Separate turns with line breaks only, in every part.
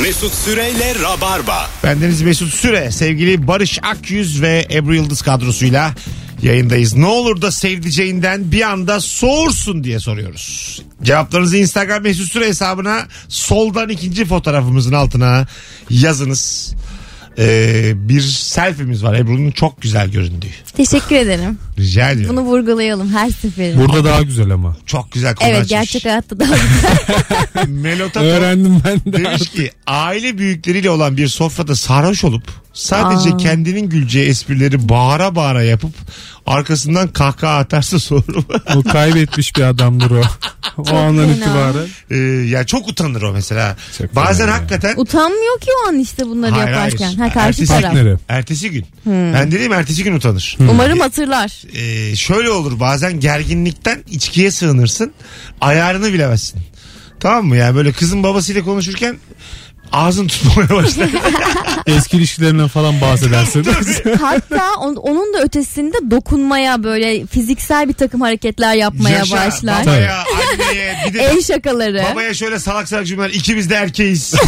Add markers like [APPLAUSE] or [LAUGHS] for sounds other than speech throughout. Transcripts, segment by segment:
Mesut Süreyle Rabarba.
Bendeniz Mesut Süre, sevgili Barış Akyüz ve Ebru Yıldız kadrosuyla yayındayız. Ne olur da sevdiceğinden bir anda soğursun diye soruyoruz. Cevaplarınızı Instagram Mesut Süre hesabına soldan ikinci fotoğrafımızın altına yazınız. Ee, bir selfie'miz var Ebru'nun çok güzel göründüğü.
Teşekkür ederim.
Rica ediyorum.
Bunu vurgulayalım her seferinde.
Burada daha güzel ama.
Çok güzel konu
Evet
açmış.
gerçek hayatta daha
[LAUGHS]
güzel.
Melotato
Öğrendim ben
[LAUGHS]
de.
demiş ki aile büyükleriyle olan bir sofrada sarhoş olup sadece
Aa.
kendinin güleceği esprileri bağıra bağıra yapıp arkasından kahkaha atarsa [LAUGHS] sorum.
O kaybetmiş bir adamdır o. O andan
fena.
itibaren.
Ee, ya çok utanır o mesela.
Çok
Bazen
fena ya.
hakikaten
Utanmıyor ki o an işte bunları
Hayır,
yaparken.
hayır.
Ha karşı
Ertesi-
taraf.
Partneri.
ertesi gün.
Hmm.
Ben dediğim ertesi gün utanır. [LAUGHS]
Umarım hatırlar.
Ee, şöyle olur bazen gerginlikten içkiye sığınırsın. Ayarını bilemezsin. Tamam mı? Yani böyle kızın babasıyla konuşurken ağzın tutmamaya başlar.
Eski ilişkilerine
[LAUGHS]
falan bahsedersin.
Hatta on- onun da ötesinde dokunmaya böyle fiziksel bir takım hareketler yapmaya
Yaşa,
başlar.
Babaya, anneye, bir de
El şakaları.
babaya şöyle salak salak cümleler. İkimiz de erkeğiz.
[LAUGHS]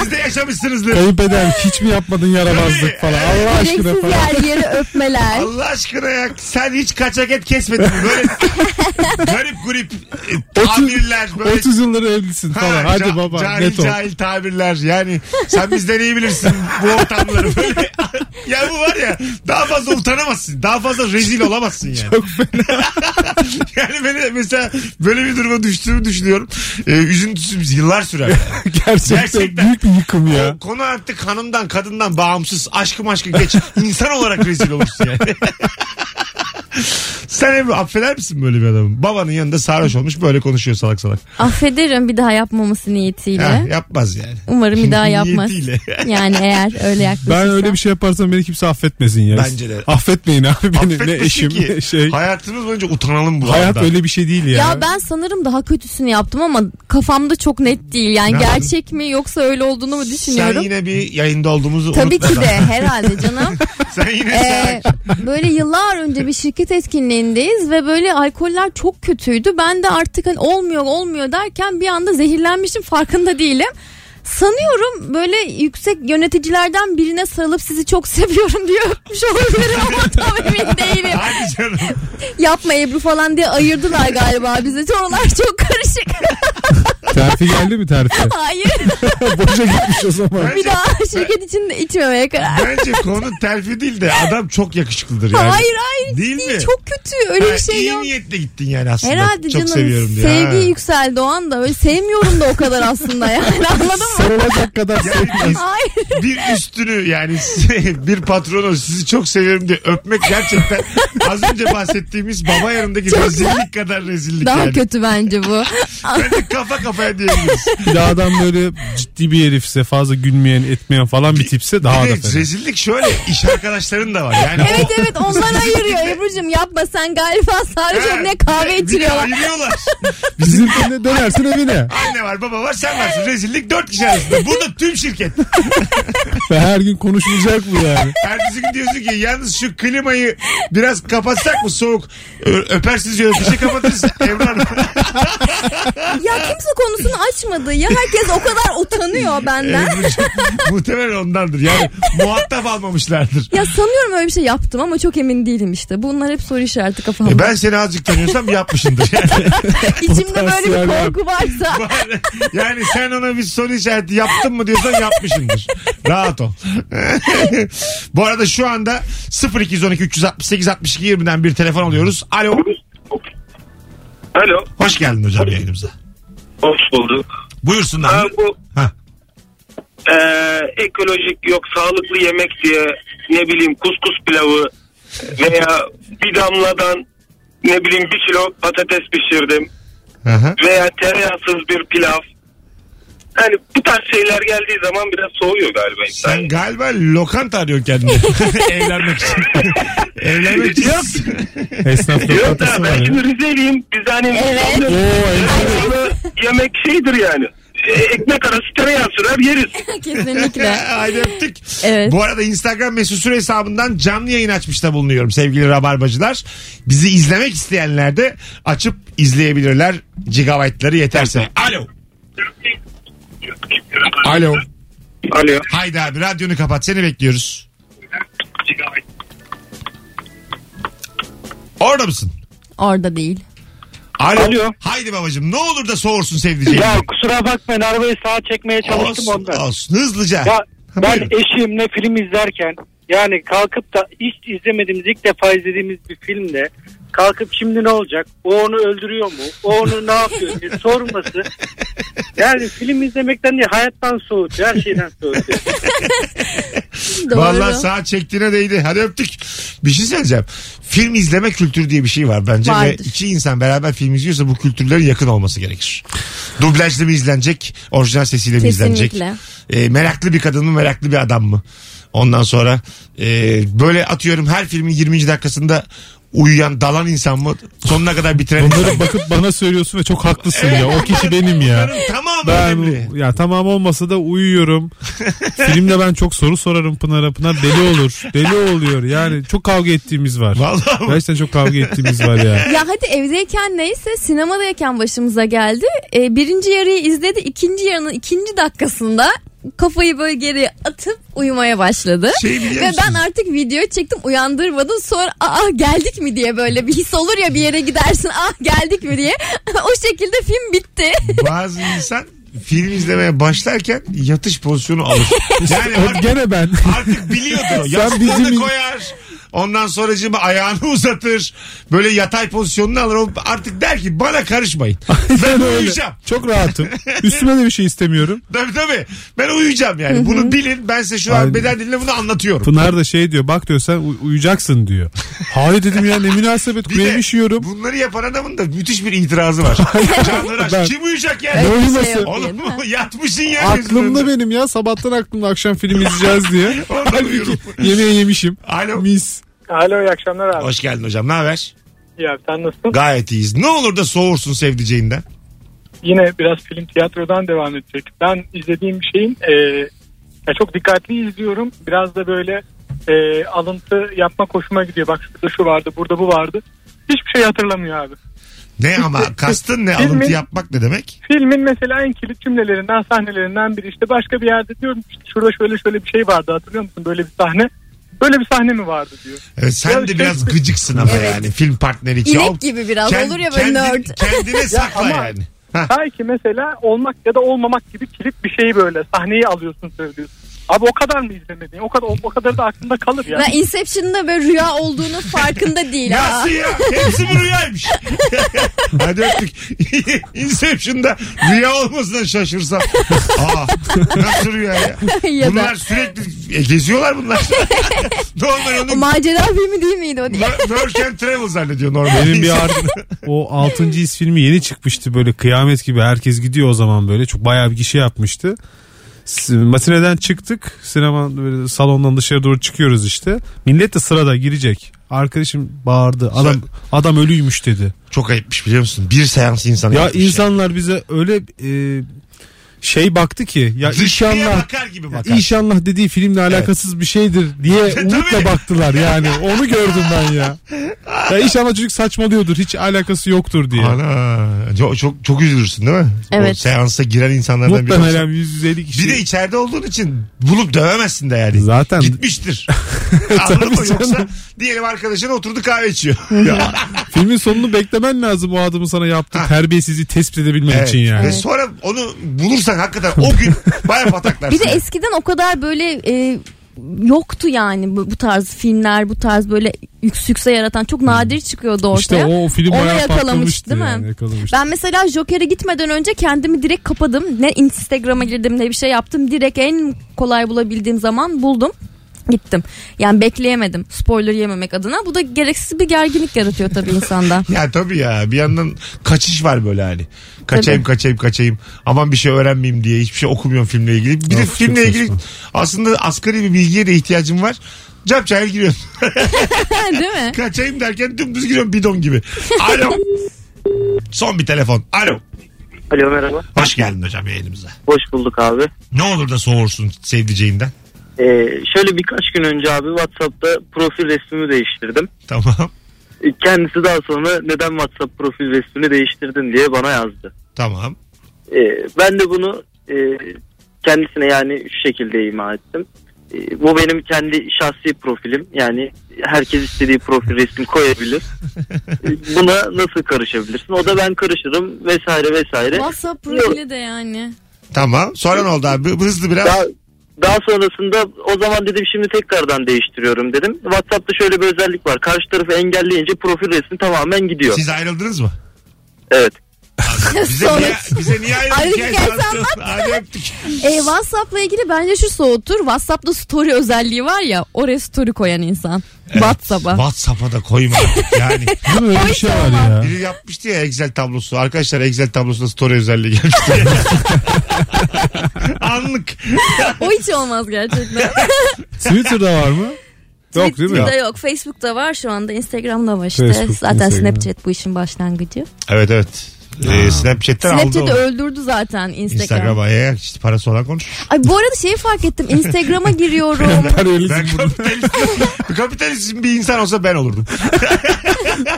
Siz de yaşamışsınızdır.
Kayıp eden hiç mi yapmadın yaramazlık falan. Allah aşkına
[LAUGHS] Gereksiz
falan.
yer yere
[LAUGHS]
öpmeler.
Allah aşkına ya sen hiç kaçak et kesmedin mi?
[LAUGHS]
Böyle garip grup e,
Otuz-
tabirler. Böyle
30 yıldır evlisin
Ha,
falan. Hadi
ca-
baba
cahil
net ol.
cahil tabirler yani sen bizden iyi bilirsin bu ortamları böyle. [LAUGHS] ya bu var ya daha fazla utanamazsın daha fazla rezil olamazsın yani. Çok fena. [LAUGHS] yani beni mesela böyle bir duruma düştüğümü düşünüyorum. Ee, üzüntüsü yıllar sürer. yani.
[LAUGHS] Gerçekten,
Gerçekten.
büyük bir yıkım ya.
O Konu artık hanımdan kadından bağımsız aşkım aşkı geç insan olarak rezil olursun
[LAUGHS]
yani. Sen Ebru affeder misin böyle bir adamı? Babanın yanında sarhoş olmuş böyle konuşuyor salak salak.
Affederim bir daha yapmaması niyetiyle.
Ha, yapmaz yani.
Umarım bir daha yapmaz. [LAUGHS]
Niyetiyle.
yani eğer öyle yaklaşırsa.
Ben öyle bir şey yaparsam beni kimse affetmesin ya.
Bence de.
Affetmeyin abi beni ne
Affetmesin
eşim
ki.
ne şey.
Hayatımız boyunca utanalım bu
Hayat
Hayat
öyle bir şey değil ya.
Ya ben sanırım daha kötüsünü yaptım ama kafamda çok net değil. Yani
Ne yaptın?
gerçek mi yoksa öyle olduğunu mu
Sen
düşünüyorum?
yine bir yayında olduğumuzu
Tabii
unutma
ki
da.
de herhalde canım.
[LAUGHS] Sen yine
Ee,
sen-
böyle yıllar önce bir şirket etkinliğindeyiz ve böyle alkoller çok kötüydü. Ben de artık hani olmuyor olmuyor derken bir anda zehirlenmişim farkında değilim. Sanıyorum böyle yüksek yöneticilerden birine sarılıp sizi çok seviyorum diye öpmüş olabilirim ama tam emin değilim.
Hadi canım.
Yapma Ebru falan diye ayırdılar galiba bizi. Oralar çok karışık.
Terfi geldi mi terfi?
[LAUGHS]
Hayır
Boşa gitmiş o zaman.
bir daha şirket içinde içmemeye karar.
Bence konu terfi değil de adam çok yakışıklıdır yani.
Hayır hayır
Değil mi?
çok kötü öyle bir
Ha,
şey
iyi
yok.
niyetle gittin yani aslında.
Herhalde
çok
canım
seviyorum diye.
sevgi
Ha.
yükseldi o anda. Öyle sevmiyorum da o kadar
[LAUGHS]
aslında yani anladın mı?
Sarılacak kadar sevgi.
Hayır.
bir üstünü yani bir patronu sizi çok seviyorum diye öpmek gerçekten az önce bahsettiğimiz baba yanındaki
Çok
rezillik kadar rezillik
Daha
yani.
kötü
[LAUGHS]
bence bu.
Bence kafa kafaya diyebiliriz.
Bir de adam böyle ciddi bir herifse fazla gülmeyen etmeyen falan bir tipse daha
Bir
da
de
fena.
rezillik şöyle iş arkadaşların da var. Yani o-
evet evet onlar ayırıyor Ebru'cum yapma sen galiba
Ha,
sarhoş ne
bir
kahve
de
içiriyorlar.
Ayırıyorlar.
Bizim de dönersin evine.
Anne var baba var sen varsın. Rezillik dört kişi arasında. Burada tüm şirket.
Ve her gün konuşulacak bu yani.
Ertesi gün diyorsun ki yalnız şu klimayı biraz kapatsak mı soğuk? Ö- öpersiniz ya öpüşe kapatırız. Evren
Ya kimse konusunu açmadı ya herkes o kadar utanıyor benden.
şey [LAUGHS] muhtemelen ondandır. Yani muhatap almamışlardır.
Ya sanıyorum öyle bir şey yaptım ama çok emin değilim işte. Bunlar hep soru işareti kafamda.
E ben seni azıcık tanıyorsam yapmışındır. Yani,
İçimde böyle bir
potansiyel
korku varsa.
[LAUGHS] yani sen ona bir soru işareti yaptın mı diyorsan yapmışındır. Rahat ol. [LAUGHS] Bu arada şu anda 0212 368 62 20'den bir telefon alıyoruz. Alo.
Alo.
Hoş geldin hocam yayınımıza.
Hoş bulduk.
Buyursunlar.
Ben bu
Ha.
eee, ekolojik yok sağlıklı yemek diye ne bileyim kuskus pilavı veya bir damladan ne bileyim bir kilo patates pişirdim
Aha.
veya tereyağsız bir pilav. Yani bu tarz şeyler geldiği zaman biraz soğuyor galiba insan.
Sen galiba lokanta arıyorsun kendini. [LAUGHS] Evlenmek için. Evlenmek için.
Yok.
Esnaf
Yok da
lokantası var
ben
ya.
şimdi Rizeliyim. Biz hani
Evet.
Oo, en-
yemek şeydir yani. E, Ekmek arası tereyağı sürer yeriz.
Kesinlikle.
[LAUGHS] Haydi öptük.
Evet.
Bu arada Instagram mesut süre hesabından canlı yayın açmışta bulunuyorum sevgili rabarbacılar. Bizi izlemek isteyenler de açıp izleyebilirler. Gigabyte'ları yeterse. Alo.
Alo.
Alo.
Haydi abi radyonu kapat seni bekliyoruz. Orada mısın?
Orada değil.
Alo.
Alo.
Haydi babacım ne olur da soğursun sevdiceğini.
Ya kusura bakmayın arabayı sağa çekmeye çalıştım
olsun,
ondan.
olsun hızlıca.
Ya ben
Buyurun.
eşimle film izlerken yani kalkıp da hiç izlemediğimiz ilk defa izlediğimiz bir filmde kalkıp şimdi ne olacak? O onu öldürüyor mu? O onu ne
[LAUGHS]
yapıyor diye sorması. Yani film izlemekten değil hayattan soğut. Her şeyden soğut.
Doğru.
Vallahi saat çektiğine değdi. Hadi öptük. Bir şey söyleyeceğim. Film izleme kültürü diye bir şey var bence. Ve
Vardır.
iki insan beraber film izliyorsa bu kültürlerin yakın olması gerekir. Dublajlı mı izlenecek? Orijinal sesiyle mi izlenecek?
Kesinlikle.
E, meraklı bir kadın mı meraklı bir adam mı? Ondan sonra e, böyle atıyorum her filmin 20. dakikasında uyuyan dalan insan mı? Sonuna kadar bitiren insan mı?
Bunları bakıp bana söylüyorsun ve çok haklısın ya. O kişi benim ya.
Bunların Tamamı
Ben
önemli.
ya tamam olmasa da uyuyorum. Filmde ben çok soru sorarım Pınar'a. Pınar deli olur. Deli oluyor. Yani çok kavga ettiğimiz var.
Vallahi mi?
Gerçekten çok kavga ettiğimiz var ya.
Ya hadi evdeyken neyse sinemadayken başımıza geldi. Ee, birinci yarıyı izledi. ikinci yarının ikinci dakikasında kafayı böyle geri atıp uyumaya başladı.
Şey biliyor
Ve
musun?
ben artık video çektim uyandırmadım. Sonra aa geldik mi diye böyle bir his olur ya bir yere gidersin. Ah geldik mi diye. [LAUGHS] o şekilde film bitti.
Bazı insan film izlemeye başlarken yatış pozisyonu
[LAUGHS]
alır. Yani
Hep
artık,
gene ben.
artık biliyordur.
Sen
Yastığını
bizim-
koyar. Ondan sonracığıma ayağını uzatır. Böyle yatay pozisyonunu alır. O artık der ki bana karışmayın. Ben uyuyacağım.
Çok rahatım. Üstüme de bir şey istemiyorum.
Tabii tabii. Ben uyuyacağım yani. Bunu bilin. Ben size şu an
Aynen.
beden diline bunu anlatıyorum.
[LAUGHS] Pınar da şey diyor bak diyor sen uy- uyuyacaksın diyor. Hayır dedim ya ne münasebet
Bir de
kulemiş yiyorum.
Bunları yapan adamın da müthiş bir itirazı var. Canları aç.
Ben-
Kim uyuyacak
Ne
yani?
Bir
uyuması?
şey yok diye,
Oğlum
değil
[LAUGHS]
mi?
yatmışsın yani.
Aklımda benim ya sabahtan aklımda akşam film izleyeceğiz diye.
Orada [LAUGHS] uyuyorum.
Yemeğe yemişim.
Alo.
Mis.
Alo iyi akşamlar abi.
Hoş geldin hocam. Ne haber?
İyi abi sen nasılsın?
Gayet iyiyiz. Ne olur da soğursun sevdiceğinden.
Yine biraz film tiyatrodan devam edecek. Ben izlediğim şeyin e, ya çok dikkatli izliyorum. Biraz da böyle e, alıntı yapma hoşuma gidiyor. Bak şurada şu vardı burada bu vardı. Hiçbir şey hatırlamıyor abi.
Ne ama
[LAUGHS]
kastın ne
Filmin-
alıntı yapmak ne demek?
Filmin mesela en kilit cümlelerinden sahnelerinden biri işte başka bir yerde diyorum işte şurada şöyle şöyle bir şey vardı hatırlıyor musun böyle bir sahne. Böyle bir sahne mi vardı diyor.
Evet, sen
Ya
de
şey-
biraz gıcıksın ama
Evet.
yani film partneri. için.
İnek
O-
gibi biraz
Kend-
olur ya böyle
kendini-
nerd. [LAUGHS]
Kendine sakla
ama-
yani. Hah.
Belki mesela olmak ya da olmamak gibi kilit bir şeyi böyle sahneyi alıyorsun söylüyorsun. Abi o kadar mı izlemedin? O kadar o, o kadar da aklında kalır ya.
Ben Inception'da böyle rüya olduğunun farkında değil. ha.
Nasıl ya? Hepsi bir rüyaymış. Hadi öptük. [LAUGHS] Inception'da rüya olmasına şaşırsam. Aa, nasıl rüya ya?
[LAUGHS] ya
bunlar
da
sürekli e, geziyorlar bunlar.
[LAUGHS]
normal
o
onu
macera filmi değil miydi o diye.
Wo- Work and travel zannediyor normal.
Benim bir
insan. [LAUGHS]
ar- o 6. his filmi yeni çıkmıştı böyle kıyamet gibi herkes gidiyor o zaman böyle çok bayağı bir gişe yapmıştı. S- Matineden çıktık sinema böyle salondan dışarı doğru çıkıyoruz işte. Millet de sırada girecek. Arkadaşım bağırdı. Adam adam ölüymüş dedi.
Çok ayıpmış biliyor musun? Hani Bir şey. seans insanı
Ya
yapmış
insanlar bize öyle e, şey baktı ki ya
Dışkıya
inşallah
bakar gibi
Ya
bakar.
İnşallah dediği filmle alakasız bir şeydir diye
[LAUGHS] Tabii.
umutla baktılar yani. Onu gördüm ben ya. Ya inşallah çocuk saçmalıyordur. Hiç alakası yoktur diye.
Ana e, çok, çok çok üzülürsün değil mi? O
Evet.
seansa giren insanlardan biri. olsa.
Muhtemelen 150 kişi.
Bir de içeride olduğun için bulup dövemezsin de yani.
Zaten [LAUGHS]
Gitmiştir. Anladın mı?
Tabii
Yoksa
canım.
diyelim arkadaşın oturdu kahve
[LAUGHS]
içiyor. Ya,
filmin sonunu beklemen lazım o adamın sana yaptığı
Ha.
terbiyesizliği tespit edebilmen
evet.
için yani.
Ve sonra onu bulursan hakikaten o
[LAUGHS]
gün baya pataklarsın.
Bir de eskiden o kadar böyle e, yoktu yani bu, bu tarz filmler, bu tarz böyle yüksekse yaratan çok nadir çıkıyordu ortaya.
Hmm. İşte o, o film
Onu
bayağı
yakalamış,
patlamıştı.
değil mi?
yani, yakalamıştı.
Ben mesela Joker'e gitmeden önce kendimi direkt kapadım. Ne Instagram'a girdim ne bir şey yaptım. Direkt en kolay bulabildiğim zaman buldum. Gittim. Yani bekleyemedim. Spoiler yememek adına. Bu da gereksiz bir gerginlik yaratıyor tabii
[LAUGHS]
insanda.
Ya tabii ya bir yandan kaçış var böyle hani. Kaçayım kaçayım kaçayım aman bir şey öğrenmeyeyim diye hiçbir şey okumuyorum filmle ilgili. Bir de
Of, çok
filmle ilgili
saçma.
aslında asgari bir bilgiye de ihtiyacım var. Capcayla giriyorsun.
Değil mi?
Kaçayım derken dümdüz giriyorum bidon gibi. Alo. Son bir telefon. Alo.
Alo merhaba.
Hoş geldin hocam yayınımıza.
Hoş bulduk abi.
Ne olur da soğursun sevdiceğinden.
Ee, şöyle birkaç gün önce abi WhatsApp'ta profil resmimi değiştirdim.
Tamam.
Ee, Kendisi daha sonra neden WhatsApp profil resmini değiştirdin diye bana yazdı.
Tamam.
Ee, ben de bunu e, kendisine yani şu şekilde ima ettim. E, bu benim kendi şahsi profilim. Yani herkes istediği profil resmi koyabilir. E, Buna nasıl karışabilirsin? O da ben karışırım vesaire vesaire.
WhatsApp profili de yani.
Tamam. Sonra ne oldu abi? Hızlı biraz.
Daha, daha sonrasında o zaman dedim şimdi tekrardan değiştiriyorum dedim. WhatsApp'ta şöyle bir özellik var. Karşı tarafı engelleyince profil resmi tamamen gidiyor.
Siz ayrıldınız mı?
Evet.
Bize
Sonra-
niye, bize niye ayrıldık?
Ayrılık
ya?
hikayesi
Hadi öptük.
E, WhatsApp'la ilgili bence şu soğutur. WhatsApp'ta story özelliği var ya. Oraya story koyan insan. WhatsApp'a.
WhatsApp'a da koyma. Yani
Değil mi? Öyle bir şey var ya.
biri yapmıştı ya Excel tablosu. Arkadaşlar Excel tablosuna story özelliği gelmişti. [LAUGHS] Anlık.
o hiç olmaz
[LAUGHS]
gerçekten.
Twitter'da var mı? Yok değil mi?
Twitter'da yok. Facebook'ta var şu anda. Instagram'da var işte.
Facebook,
zaten
Instagram.
Snapchat bu işin başlangıcı.
Evet evet. Ee, Snapchat'ten aldı
Snapchat'i
onu.
öldürdü zaten Instagram.
Instagram'a ya işte parası olan konuşur.
Ay bu arada şeyi fark ettim.
[LAUGHS]
Instagram'a giriyorum.
Ben
Paralelizm
kapitalist, [LAUGHS] kapitalist bir insan olsa ben olurdum.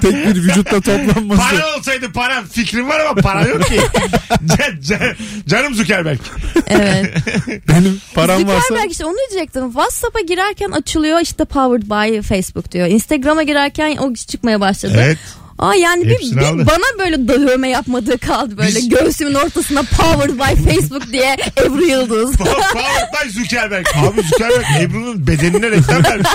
tek
[LAUGHS]
bir vücutta toplanması.
Para olsaydı param fikrim var ama para yok ki. Can- can- canım Zuckerberg.
evet.
Benim param varsa
[LAUGHS] Zuckerberg işte onu diyecektim. WhatsApp'a girerken açılıyor işte powered by Facebook diyor. Instagram'a girerken o çıkmaya başladı.
[LAUGHS] Evet.
Aa yani bir,
Hepsini
bir
aldı.
bana böyle dövme yapmadığı kaldı böyle
Biz-
göğsümün ortasına powered by Facebook diye Ebru
[LAUGHS]
Yıldız.
Powered by Zuckerberg. Abi Zuckerberg Ebru'nun bedenine reklam vermiş.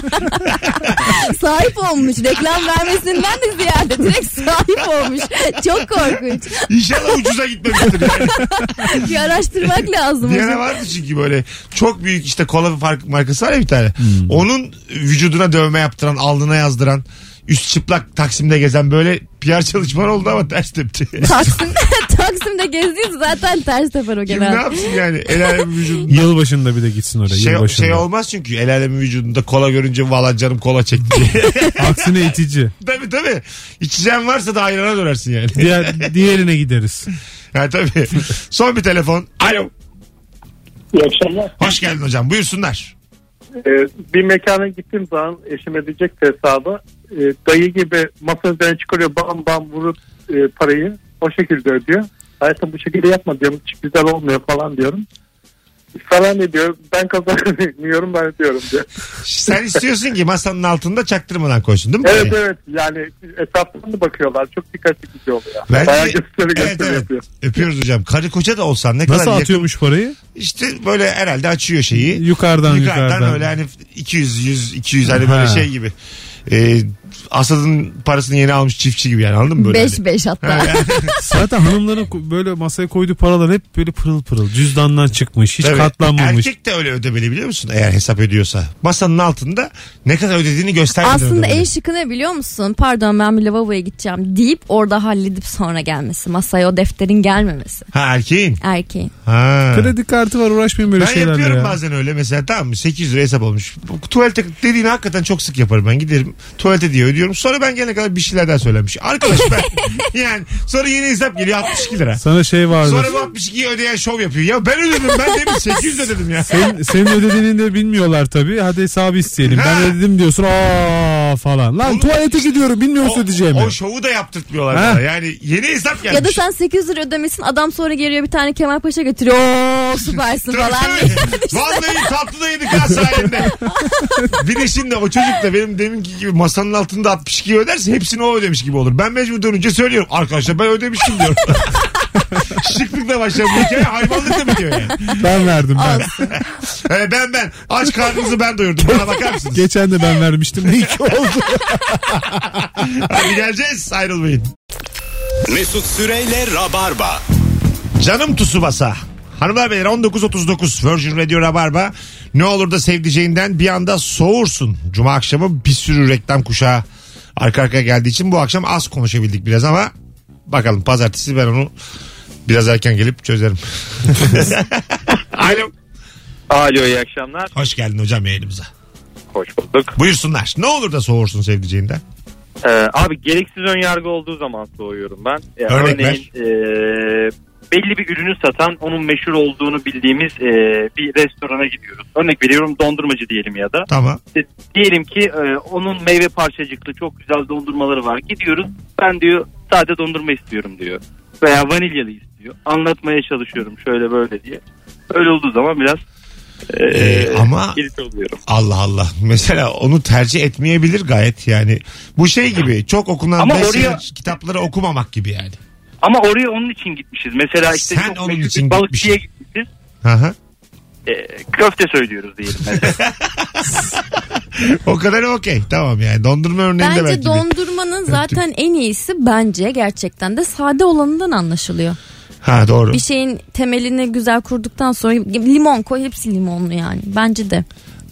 sahip olmuş. Reklam vermesinden de ziyade direkt sahip olmuş. Çok korkunç.
İnşallah ucuza gitmemiştir yani.
Bir araştırmak lazım.
Diğeri vardı çünkü böyle çok büyük işte kola fark markası var ya bir tane. Onun vücuduna dövme yaptıran, alnına yazdıran, üst çıplak Taksim'de gezen böyle PR çalışmaları oldu ama ters tepti.
Taksim, [LAUGHS] Taksim'de gezdiğiniz zaten ters sefer o
Kim ne
genel.
yapsın yani? El
[LAUGHS]
alemin vücudunda.
yıl başında bir de gitsin oraya.
Şey,
yıl başında.
şey olmaz çünkü el alemin vücudunda kola görünce valla canım kola çekti. [LAUGHS]
Aksine itici.
tabii tabii. İçeceğin varsa da ayrana dönersin yani. [LAUGHS]
Diğer, diğerine gideriz.
Ha, tabii. Son bir telefon. Alo.
İyi akşamlar.
Hoş geldin hocam. Buyursunlar.
Ee, bir mekana gittiğim zaman eşim edecek de hesabı e, dayı gibi masa üzerine çıkarıyor bam bam vurup e, parayı o şekilde ödüyor. Hayatım bu şekilde yapma diyorum hiç güzel olmuyor falan diyorum. Falan ne diyor ben kazanmıyorum ben diyorum diyor.
Sen istiyorsun ki masanın altında çaktırmadan koysun değil mi?
Evet
parayı?
evet yani etraftan da bakıyorlar çok dikkat çekici oluyor.
Bence-
Bayağı gösteri
Evet,
gösteri
evet.
yapıyor.
Öpüyoruz hocam. Karı koca da olsan ne
Nasıl
kadar yakın-
atıyormuş parayı?
İşte böyle herhalde açıyor şeyi.
Yukarıdan
yukarıdan,
yukarıdan.
öyle hani 200 100 200 hani böyle
Ha.
şey gibi. Ee, Asad'ın parasını yeni almış çiftçi gibi yani anladın mı böyle? hani?
5 5 hatta.
Zaten hanımların ko- böyle masaya koyduğu paralar hep böyle pırıl pırıl. Cüzdandan çıkmış. Hiç
Tabii.
katlanmamış.
Erkek de öyle ödemeli biliyor musun? Eğer hesap ödüyorsa. Masanın altında ne kadar ödediğini göstermeden
Aslında
ödemeli.
en şıkı ne biliyor musun? Pardon ben bir lavaboya gideceğim deyip orada halledip sonra gelmesi. Masaya o defterin gelmemesi.
Ha erkeğin.
Erkeğin.
Ha.
Kredi kartı var uğraşmayın böyle
Ben
şeylerle
yapıyorum
ya.
bazen öyle mesela tamam mı 800 lira hesap olmuş. Bu Tuvalete dediğini hakikaten çok sık yaparım ben giderim tuvalete diye ödüyorum. Sonra ben gelene kadar bir şeyler daha söylenmiş. Arkadaş
[LAUGHS]
ben yani sonra yeni hesap geliyor 62 lira.
Sana şey vardır.
Sonra bu 62'yi ödeyen şov yapıyor. Ya ben ödedim ben demin 800 ödedim ya.
Senin, senin ödediğini de bilmiyorlar tabii. Hadi hesabı isteyelim.
Ha.
Ben ödedim diyorsun. Aa falan. Lan
Oğlum,
tuvalete gidiyorum.
O,
Bilmiyorsun ödeyeceğimi.
o şovu da yaptırtmıyorlar
Ha?
bana. Yani yeni hesap gelmiş.
Ya da sen 800 lira ödemesin adam sonra geliyor bir tane Kemal Paşa götürüyor. Oo süpersin
Tabii,
falan
tabii. [LAUGHS]
diye.
Vallahi tatlı da yedik ha sayende. bir de şimdi o çocuk da benim deminki gibi masanın altında 62 öderse hepsini o ödemiş gibi olur. Ben mecbur dönünce söylüyorum. Arkadaşlar ben ödemişim diyorum. [LAUGHS] Şıklıkla başlayan bu hikaye hayvanlıkla bitiyor yani.
Ben verdim ben.
Ee, ben ben. Aç karnınızı ben doyurdum. Bana bakar mısınız?
Geçen de ben vermiştim. Ne
[LAUGHS]
iki oldu.
Hadi geleceğiz ayrılmayın.
Mesut Süreyle Rabarba.
Canım tusu basa. Hanımlar beyler 19.39 Virgin Radio Rabarba. Ne olur da sevdiceğinden bir anda soğursun. Cuma akşamı bir sürü reklam kuşağı arka arkaya geldiği için bu akşam az konuşabildik biraz ama bakalım pazartesi ben onu biraz erken gelip çözerim. Alo.
Alo iyi akşamlar.
Hoş geldin hocam yayınımıza.
Hoş bulduk.
Buyursunlar. Ne olur da soğursun sevdiceğinden.
Ee, abi gereksiz önyargı olduğu zaman soğuyorum ben. Ee,
Örnek
örneğin ee, belli bir ürünü satan onun meşhur olduğunu bildiğimiz ee, bir restorana gidiyoruz. Örnek veriyorum dondurmacı diyelim ya da.
Tamam.
İşte diyelim ki ee, onun meyve parçacıklı çok güzel dondurmaları var. Gidiyoruz ben diyor sade dondurma istiyorum diyor. Veya vanilyalı istiyor. Anlatmaya çalışıyorum şöyle böyle diye. Öyle olduğu zaman biraz e,
Ee, ama-
irite oluyorum.
Allah Allah. Mesela onu tercih etmeyebilir gayet yani. Bu şey gibi çok okunan
Ama
bestseller
oraya-
kitapları okumamak gibi yani.
Ama oraya onun için gitmişiz. Mesela işte
Sen
çok
onun
meşhur
için
bir balıkçıya
gitmişsin.
gitmişiz.
Hı hı.
E, köfte söylüyoruz diyelim.
[LAUGHS]
mesela.
O kadar okey. Tamam yani. Dondurma örneğinde
Bence
belki de.
dondurmanın zaten
şey
en iyisi bence gerçekten de sade olanından anlaşılıyor.
Ha doğru.
Bir şey şeyin temelini güzel kurduktan sonra limon koy hepsi limonlu yani. Bence de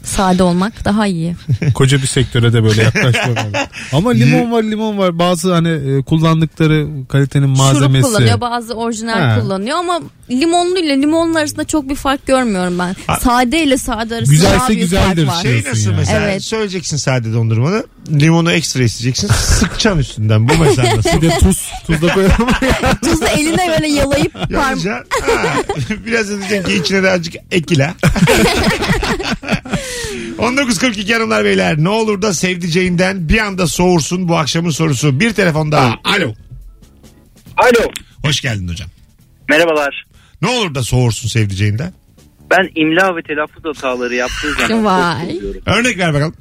sade olmak daha iyi.
Koca bir sektöre de böyle yaklaşmamalı.
[LAUGHS]
Ama limon var limon var. Bazı hani e, kullandıkları kalitenin
Şurup
malzemesi.
kullanıyor bazı orijinal
Ha.
kullanıyor ama limonlu ile limonun arasında çok bir fark görmüyorum ben. Sade ile sade arasında
Güzelse
daha büyük
güzeldir
fark var.
şey.
Şey nasıl
yani.
mesela
Evet.
söyleyeceksin sade dondurmanı limonu ekstra isteyeceksin sıkacaksın üstünden bu mesela
[LAUGHS]
nasıl?
Bir de tuz. Tuz da koyalım.
Tuzla eline
[LAUGHS]
böyle yalayıp parm-
Yalnızca ha, [LAUGHS] biraz da diyeceksin ki içine de azıcık [LAUGHS] ekila. 19.42 hanımlar beyler ne olur da sevdiceğinden bir anda soğursun bu akşamın sorusu. Bir telefon daha. Alo.
Alo.
Hoş geldin hocam.
Merhabalar.
Ne olur da soğursun sevdiceğinden.
Ben imla ve telaffuz hataları yaptığı zaman
Vay.
çok üzülüyorum.
Örnek ver bakalım.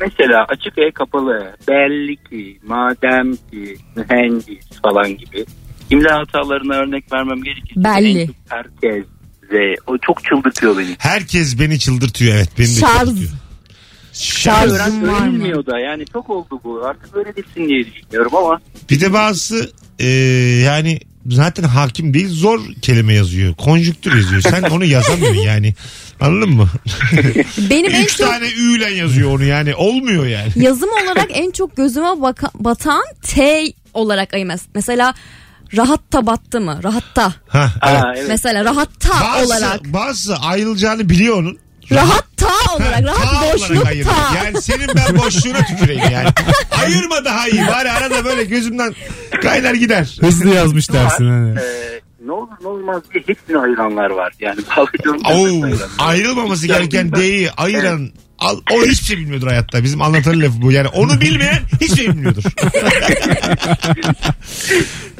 Mesela açık E kapalı E, belli ki madem ki mühendis falan gibi imla hatalarına örnek vermem gerekirse
Belli.
en çok herkes ve o çok çıldırtıyor beni.
Herkes beni çıldırtıyor evet. Beni de
Şarj.
çıldırtıyor.
Şarj.
Şarj.
Öğren- Var mı?
Öğrenilmiyor da yani çok oldu bu artık öğrenilsin diye düşünüyorum ama
Bir de bazısı e, yani zaten hakim değil zor kelime yazıyor. Konjüktür yazıyor.
[LAUGHS]
Sen onu yazamıyorsun yani. Anladın mı?
Benim en
Üç
çok
tane üyle yazıyor onu yani. Olmuyor yani.
yazım olarak en çok gözüme baka- batan T olarak ayım. Mesela rahatta battı mı? Rahatta.
Ha, evet.
Aa, evet.
Mesela rahatta
Bazısı,
olarak.
bazısı ayrılacağını biliyor onun.
Rahatta olarak.
Ha, ta
Rahat
olarak
boşluk
ayırıyor.
ta.
Yani senin ben boşluğuna tüküreyim
[LAUGHS]
yani. Ayırma daha iyi. Bari arada böyle gözümden kaynar gider.
Hızlı yazmış dersin. Hani.
e, ne olur ne olmaz diye hepsini ayıranlar var.
[LAUGHS]
Yani
Oo,
bağlıyorum.
ayrılmaması gereken D'yi ayıran al, o hiçbir şey bilmiyordur hayatta. Bizim anlatan lafı bu. Yani onu bilmeyen hiçbir şey bilmiyordur.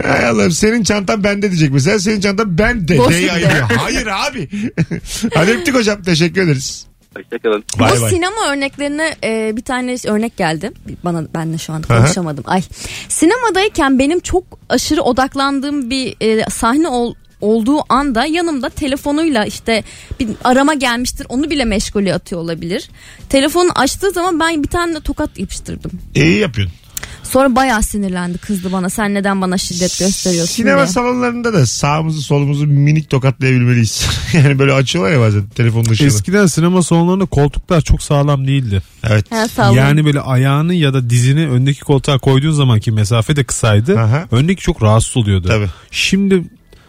Hay Allah'ım senin çantan bende diyecek mesela. Senin çantan bende.
Boş
D'yi
bir de.
ayırıyor. Hayır abi. Hadi öptük hocam. Teşekkür ederiz.
Hoşçakalın.
Bay
Bu
bay.
sinema örneklerine e, bir tane örnek geldi. Bana ben de şu anda konuşamadım. Ay. Sinemadayken benim çok aşırı odaklandığım bir e, sahne ol- olduğu anda yanımda telefonuyla işte bir arama gelmiştir onu bile meşgule atıyor olabilir. Telefonu açtığı zaman ben bir tane tokat yapıştırdım.
İyi yapıyorsun.
Sonra bayağı sinirlendi kızdı bana sen neden bana şiddet gösteriyorsun
Sinema
diye.
salonlarında da sağımızı solumuzu minik tokatlayabilmeliyiz. [LAUGHS] yani böyle açıyorlar ya bazen telefonun ışığını.
Eskiden sinema salonlarında koltuklar çok sağlam değildi.
Evet.
Ha, sağ olun.
Yani böyle ayağını ya da dizini öndeki koltuğa koyduğun zamanki mesafe de kısaydı.
Aha.
Öndeki çok rahatsız oluyordu.
Tabii.
Şimdi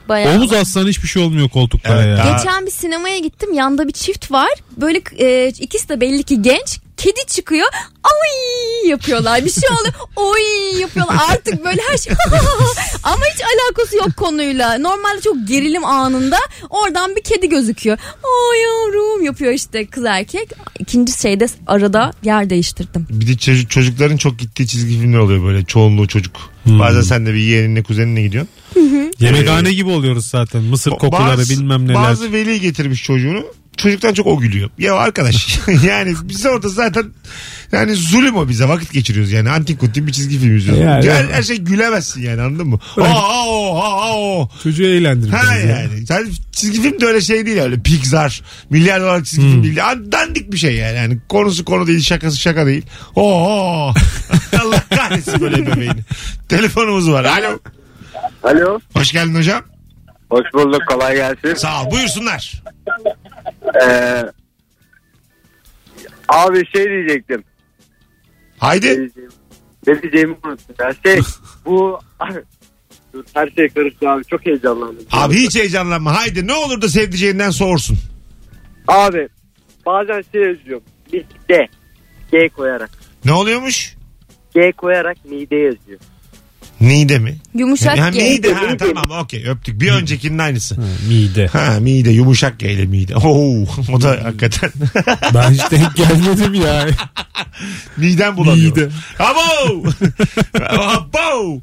Bayağı-
omuz atsan hiçbir şey olmuyor koltuklara
Evet,
ya.
daha-
Geçen bir sinemaya gittim. Yanda bir çift var. Böyle e, ikisi de belli ki genç. Kedi çıkıyor. Ay yapıyorlar. Bir şey oluyor. Oy yapıyorlar. Artık böyle her şey. [LAUGHS] Ama hiç alakası yok konuyla. Normalde çok gerilim anında oradan bir kedi gözüküyor. Ay yavrum yapıyor işte kız erkek. İkinci şeyde arada yer değiştirdim.
Bir de çocuk- çocukların çok gittiği çizgi filmler oluyor böyle çoğunluğu çocuk.
Hmm.
Bazen sen de bir yeğeninle kuzeninle gidiyorsun.
Yemekhane gibi oluyoruz zaten. Mısır kokuları
Bazı-
bilmem neler.
Bazı veli getirmiş çocuğunu. Çocuktan çok o gülüyor. Ya arkadaş [LAUGHS] yani biz orada zaten yani zulüm o bize vakit geçiriyoruz yani antik kutu bir çizgi film izliyoruz.
Yani-
her, her şey gülemezsin yani anladın mı? Aa aa aa aa.
Çocuğu eğlendirmeniz.
Ha
ya.
yani. Sen çizgi film de öyle şey değil öyle Pixar, milyar dolarlık çizgi film değil. An- Dandik bir şey yani. yani. Konusu konu değil, şakası şaka değil. Oo. Allah kahretsin böyle bebeğini. Telefonumuz var. Alo.
Alo.
Hoş geldin hocam.
Hoş bulduk. Kolay gelsin.
Sağ ol. Buyursunlar.
Ee, abi şey diyecektim.
Haydi.
Ne diyeceğimi unuttum. Ya şey bu [LAUGHS] Dur, her şey karıştı abi. Çok heyecanlandım.
Abi hiç heyecanlanma. Haydi ne olur da sevdiceğinden soğursun.
Abi bazen şey yazıyorum. Bir G. G koyarak.
Ne oluyormuş?
G koyarak mide yazıyor.
Mide mi?
Yumuşak
Ha,
ye.
mide. Ha, tamam okey öptük. Bir öncekinin aynısı.
Mide.
Ha mide yumuşak yayla mide. Oo, [LAUGHS] o da hakikaten.
Ben hiç denk gelmedim ya.
[LAUGHS] Midem bulanıyor.
Mide.
[LAUGHS] Abo! Abo!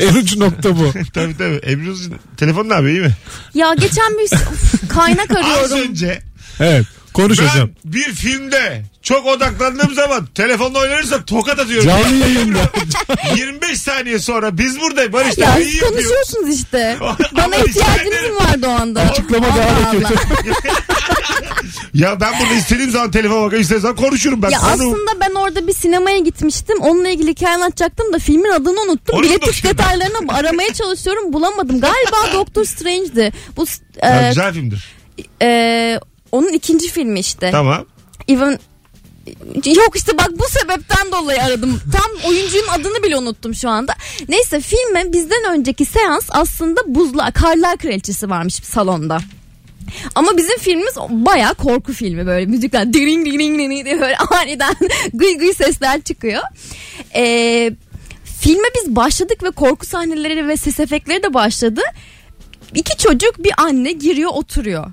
en uç nokta bu.
tabii tabii. Ebru'nun telefonu ne yapıyor iyi mi?
Ya geçen bir Of, kaynak
Az
arıyorum.
önce
Evet. Konuş
şey
ben
hocam.
bir filmde çok odaklandığım zaman telefonla oynanırsa tokat atıyorum.
Canlı yayında.
25 saniye sonra biz burada Barış
Ya
da iyi
siz
yapıyor.
konuşuyorsunuz
[LAUGHS]
işte.
Ama
Bana
rica
ihtiyacınız
ederim.
mı vardı o anda?
Açıklama daha da
Allah
kötü.
Allah.
Ya ben burada istediğim zaman telefona bakayım istediğim zaman konuşurum ben.
Ya
Konu-
aslında ben orada bir sinemaya gitmiştim. Onunla ilgili hikaye anlatacaktım da filmin adını unuttum.
Onu
Bilet
bakıyorum. [LAUGHS]
detaylarını aramaya çalışıyorum. Bulamadım. Galiba Doctor Strange'di. Bu
Ya
e,
güzel filmdir.
e, onun ikinci filmi işte.
Tamam.
Even Yok işte bak bu sebepten dolayı aradım. Tam oyuncunun adını bile unuttum şu anda. Neyse filme bizden önceki seans aslında buzlar, karlar kraliçesi varmış salonda. Ama bizim filmimiz bayağı korku filmi böyle müzikler ding ding ding ding diye böyle [LAUGHS] aniden gıy gıy sesler çıkıyor. Ee, filme biz başladık ve korku sahneleri ve ses efektleri de başladı. İki çocuk bir anne giriyor oturuyor.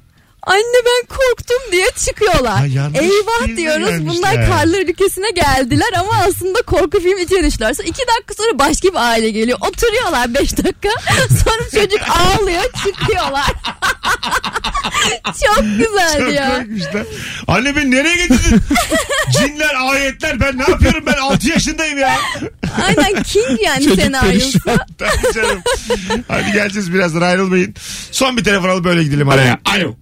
Anne ben korktum diye çıkıyorlar.
Ha, yanlış filme
Eyvah diyoruz bunlar
gelmişler.
karlar ülkesine geldiler ama aslında korku filmi içine düştüler. Sonra iki dakika sonra başka bir aile geliyor. Oturuyorlar beş dakika. [LAUGHS] Sonra çocuk ağlıyor çıkıyorlar. Çok
Çok
güzeldi ya.
korkmuş lan. Anne beni nereye
[LAUGHS]
getirdin? Cinler, ayetler ben ne yapıyorum ben 6 yaşındayım ya.
Aynen King
[LAUGHS]
yani
Çocuk
senaryosu.
[LAUGHS] Tabii canım. Hadi geleceğiz birazdan ayrılmayın. Son bir telefon alıp böyle gidelim araya. Alo.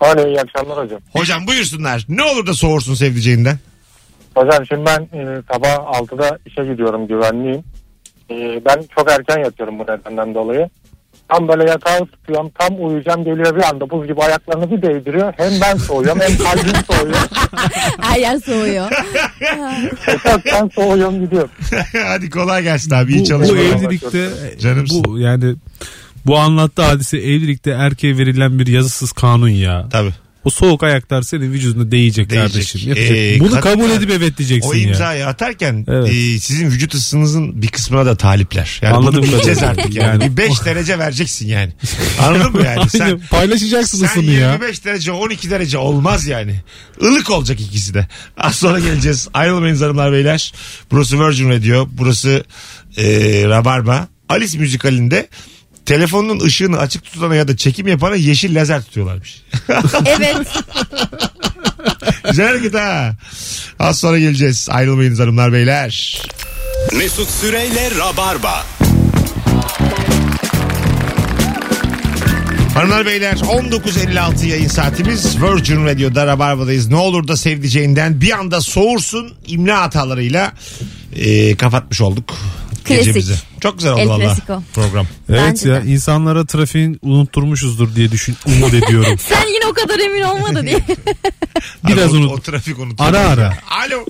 Alo iyi akşamlar hocam.
Hocam buyursunlar. Ne olur da soğursun sevdiceğinden. [LAUGHS]
Hocam şimdi ben e, sabah 6'da işe gidiyorum güvenliyim. E, ben çok erken yatıyorum bu nedenden dolayı. Tam böyle yatağa tutuyorum tam uyuyacağım geliyor bir anda buz gibi ayaklarını bir değdiriyor. Hem ben soğuyorum hem kalbim soğuyor.
[LAUGHS] Her yer soğuyor.
Esasdan soğuyorum gidiyorum.
Hadi kolay gelsin abi. İyi
Bu, bu
çalışmalar.
evlilikte
Canımsın.
bu yani bu anlattığı hadise evlilikte erkeğe verilen bir yazısız kanun ya.
Tabii.
O soğuk ayaklar senin vücuduna değecek,
Değecek.
kardeşim. Yapacak-
Ee,
Bunu
kadınlar-
kabul edip evet diyeceksin
O
ya.
imzayı atarken
Evet.
e, sizin vücut ısınızın bir kısmına da talipler. Yani
Anladığım
bunu bileceğiz
kadarıyla.
artık yani. Bir
Yani- [LAUGHS]
5 derece vereceksin yani. Anladın mı yani? Sen,
Aynen, paylaşacaksın
sen
ısını ya.
25 derece 12 derece olmaz yani. Ilık olacak ikisi de. Az sonra geleceğiz. Ayrılmayın hanımlar beyler. Burası Virgin Radio. Burası e, Rabarba. Alice müzikalinde telefonun ışığını açık tutana ya da çekim yapana yeşil lazer tutuyorlarmış. [LAUGHS]
evet.
Güzel hareket ha. Az sonra geleceğiz. Ayrılmayın hanımlar beyler.
Mesut Süreyle Rabarba.
Hanımlar beyler 19.56 yayın saatimiz Virgin Radio'da Rabarba'dayız. Ne olur da sevdiceğinden bir anda soğursun imla hatalarıyla e, kapatmış olduk.
Klasik.
gecemizi. Çok güzel
El
oldu valla
Clasico.
program.
Evet
Bence
ya
de.
insanlara trafiğin unutturmuşuzdur diye düşün
[LAUGHS]
umut ediyorum.
Sen yine o kadar emin olmadı
[LAUGHS]
diye.
Biraz
Abi o-
unut.
O trafik unut.
Ara ara.
Alo.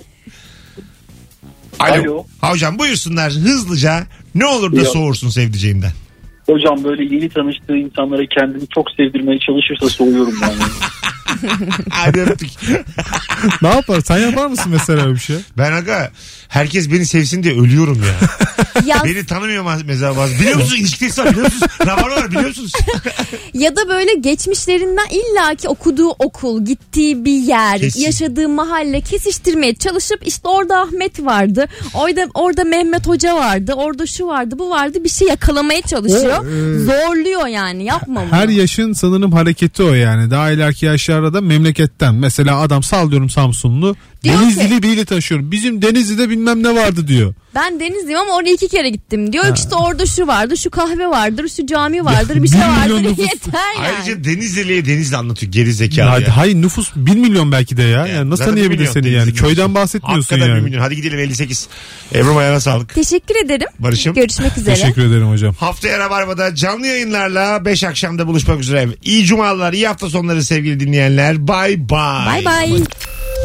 Alo.
Alo.
Ha hocam buyursunlar hızlıca ne olur da
Yok.
soğursun sevdiceğinden.
Hocam böyle yeni tanıştığı insanlara kendini çok sevdirmeye çalışırsa soğuyorum ben. yani. [LAUGHS]
Hadi öptük.
ne yapar? Sen yapar mısın mesela öyle bir şey?
Ben aga herkes beni sevsin diye ölüyorum ya.
ya,
beni tanımıyor ma- mesela bazı. Biliyor musunuz ilişkisi var biliyor musunuz? Rabarba var biliyor musunuz?
ya da böyle geçmişlerinden illaki okuduğu okul, gittiği bir yer,
Kesin.
yaşadığı mahalle kesiştirmeye çalışıp işte orada Ahmet vardı. Orada orada Mehmet Hoca vardı. Orada şu vardı, bu vardı. Bir şey yakalamaya çalışıyor. Zorluyor yani. Yapma bunu.
Her yaşın sanırım hareketi o yani. Daha ileriki yaşlarda da memleketten. Mesela adam sallıyorum Samsunlu.
Diyor ki-
Denizli'li biriyle taşıyorum. Bizim Denizli'de bilmem ne vardı diyor.
Ben Denizliyim ama oraya iki kere gittim. Diyor ki işte orada şu vardı, şu kahve vardır, şu cami vardır, bir şey
bir milyon
vardır. [LAUGHS]
nüfus.
Yeter yani.
Ayrıca Denizli'ye Denizli anlatıyor geri zekalı
Hadi,
ya.
hayır nüfus 1 milyon belki de ya.
Yani
Yani nasıl
zaten bir
tanıyabilir
milyon
seni
Denizli'nin
yani? Köyden
nüfusu.
bahsetmiyorsun
Hakikaten bir
yani.
milyon. Hadi gidelim 58. Ebru ayağına sağlık.
Teşekkür ederim.
Barış'ım.
Görüşmek üzere.
Teşekkür ederim hocam.
Haftaya Rabarba'da canlı yayınlarla 5 akşamda buluşmak üzere. İyi cumalar, iyi hafta sonları sevgili dinleyenler. Bay bay.
Bay bay.